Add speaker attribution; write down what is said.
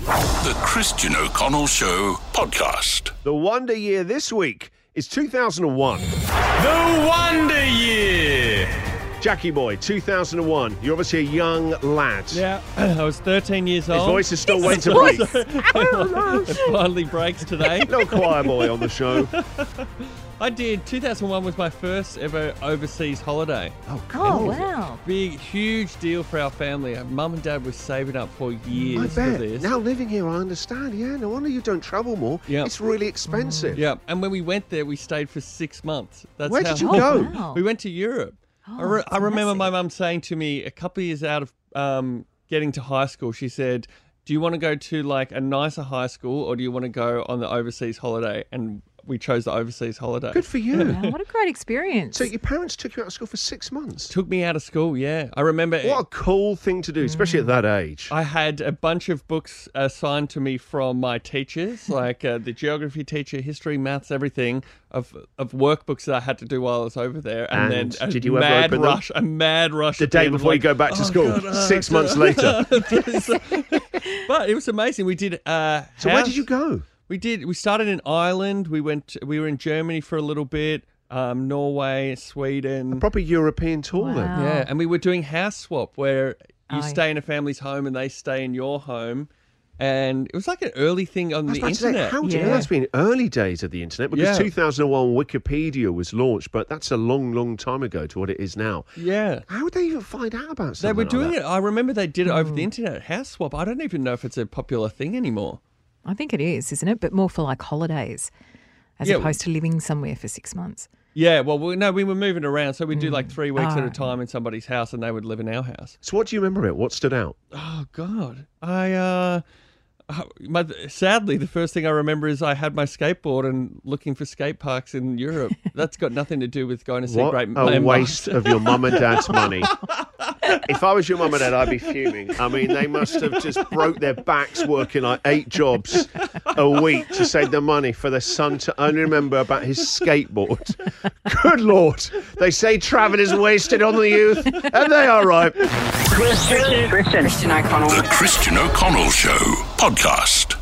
Speaker 1: The Christian O'Connell Show podcast.
Speaker 2: The wonder year this week is 2001.
Speaker 3: The Wonder Year!
Speaker 2: Jackie Boy, 2001. You're obviously a young lad.
Speaker 4: Yeah, Oh. I was 13 years
Speaker 2: His
Speaker 4: old.
Speaker 2: voice is still waiting to break.
Speaker 4: it finally breaks today.
Speaker 2: Little choir boy on the show.
Speaker 4: I did. 2001 was my first ever overseas holiday.
Speaker 5: Oh, wow.
Speaker 4: Big, huge deal for our family. Our Mum and dad were saving up for
Speaker 2: I
Speaker 4: years for
Speaker 2: bet.
Speaker 4: this.
Speaker 2: Now living here, I understand. Yeah, no wonder you don't travel more.
Speaker 4: Yeah.
Speaker 2: It's really expensive.
Speaker 4: Yeah, and when we went there, we stayed for six months. That's
Speaker 2: Where
Speaker 4: how-
Speaker 2: did you go?
Speaker 5: wow.
Speaker 4: We went to Europe. I,
Speaker 5: Oh,
Speaker 4: re-
Speaker 5: that's
Speaker 4: I remember
Speaker 5: massive.
Speaker 4: my mum saying to me a couple of years out of um, getting to high school, she said, "Do you want to go to like a nicer high school, or do you want to go on the overseas holiday?" And we chose the overseas holiday.
Speaker 2: Good for you.
Speaker 5: Wow, what a great experience.
Speaker 2: So your parents took you out of school for six months.
Speaker 4: Took me out of school. Yeah, I remember. it-
Speaker 2: What a cool thing to do, especially at that age.
Speaker 4: I had a bunch of books assigned to me from my teachers, like uh, the geography teacher, history, maths, everything of of workbooks that I had to do while I was over there. And,
Speaker 2: And
Speaker 4: then a
Speaker 2: did you ever
Speaker 4: mad
Speaker 2: open them?
Speaker 4: rush, a mad rush
Speaker 2: The
Speaker 4: at the
Speaker 2: day
Speaker 4: end of,
Speaker 2: before you
Speaker 4: like, Oh,
Speaker 2: go back to school, six months later.
Speaker 4: but it was amazing. We did. Uh,
Speaker 2: So where did
Speaker 4: house-
Speaker 2: you go?
Speaker 4: We did. We started in Ireland. We went. We were in Germany for a little bit. Um, Norway, Sweden.
Speaker 2: Proper European tour then.
Speaker 5: Wow.
Speaker 4: Yeah, and we were doing house swap where you
Speaker 5: Oh.
Speaker 4: stay in a family's home and they stay in your home, and it was like an early thing on
Speaker 2: I was
Speaker 4: the
Speaker 2: about to say,
Speaker 4: internet.
Speaker 2: how do you
Speaker 5: Yeah.
Speaker 2: know that's been early days of the internet? Because
Speaker 4: Yeah.
Speaker 2: 2001 Wikipedia was launched, but that's a long, long time ago to what it is now.
Speaker 4: yeah.
Speaker 2: How would they even find out about something?
Speaker 4: They were
Speaker 2: like
Speaker 4: doing
Speaker 2: that?
Speaker 4: it. I remember they did it over
Speaker 2: Hmm.
Speaker 4: the internet, house swap. I don't even know if it's a popular thing anymore.
Speaker 5: I think it is, isn't it? But more for like holidays as
Speaker 4: Yeah.
Speaker 5: opposed to living somewhere for six months.
Speaker 4: Yeah, well, we, no, we were moving around, so we'd do
Speaker 2: Hmm.
Speaker 4: like three weeks
Speaker 2: Oh.
Speaker 4: at a
Speaker 5: Alright.
Speaker 4: time in somebody's house, and they would live in our house.
Speaker 2: So, what do you remember it? What stood out?
Speaker 4: Oh God, I uh, uh, my, sadly the first thing I remember is I had my skateboard and looking for skate parks in Europe. That's got nothing to do with going to see
Speaker 2: what
Speaker 4: great
Speaker 2: a
Speaker 4: landmarks.
Speaker 2: waste of your mum and dad's money. if I was your mum and dad, I'd be fuming. I mean, they must have just broke their backs working like eight jobs a week to save the money for their son to only remember about his skateboard. Good lord. They say travel is wasted on the youth, and they are right.
Speaker 6: Christian. Christian. Christian O'Connell.
Speaker 1: The Christian O'Connell Show podcast.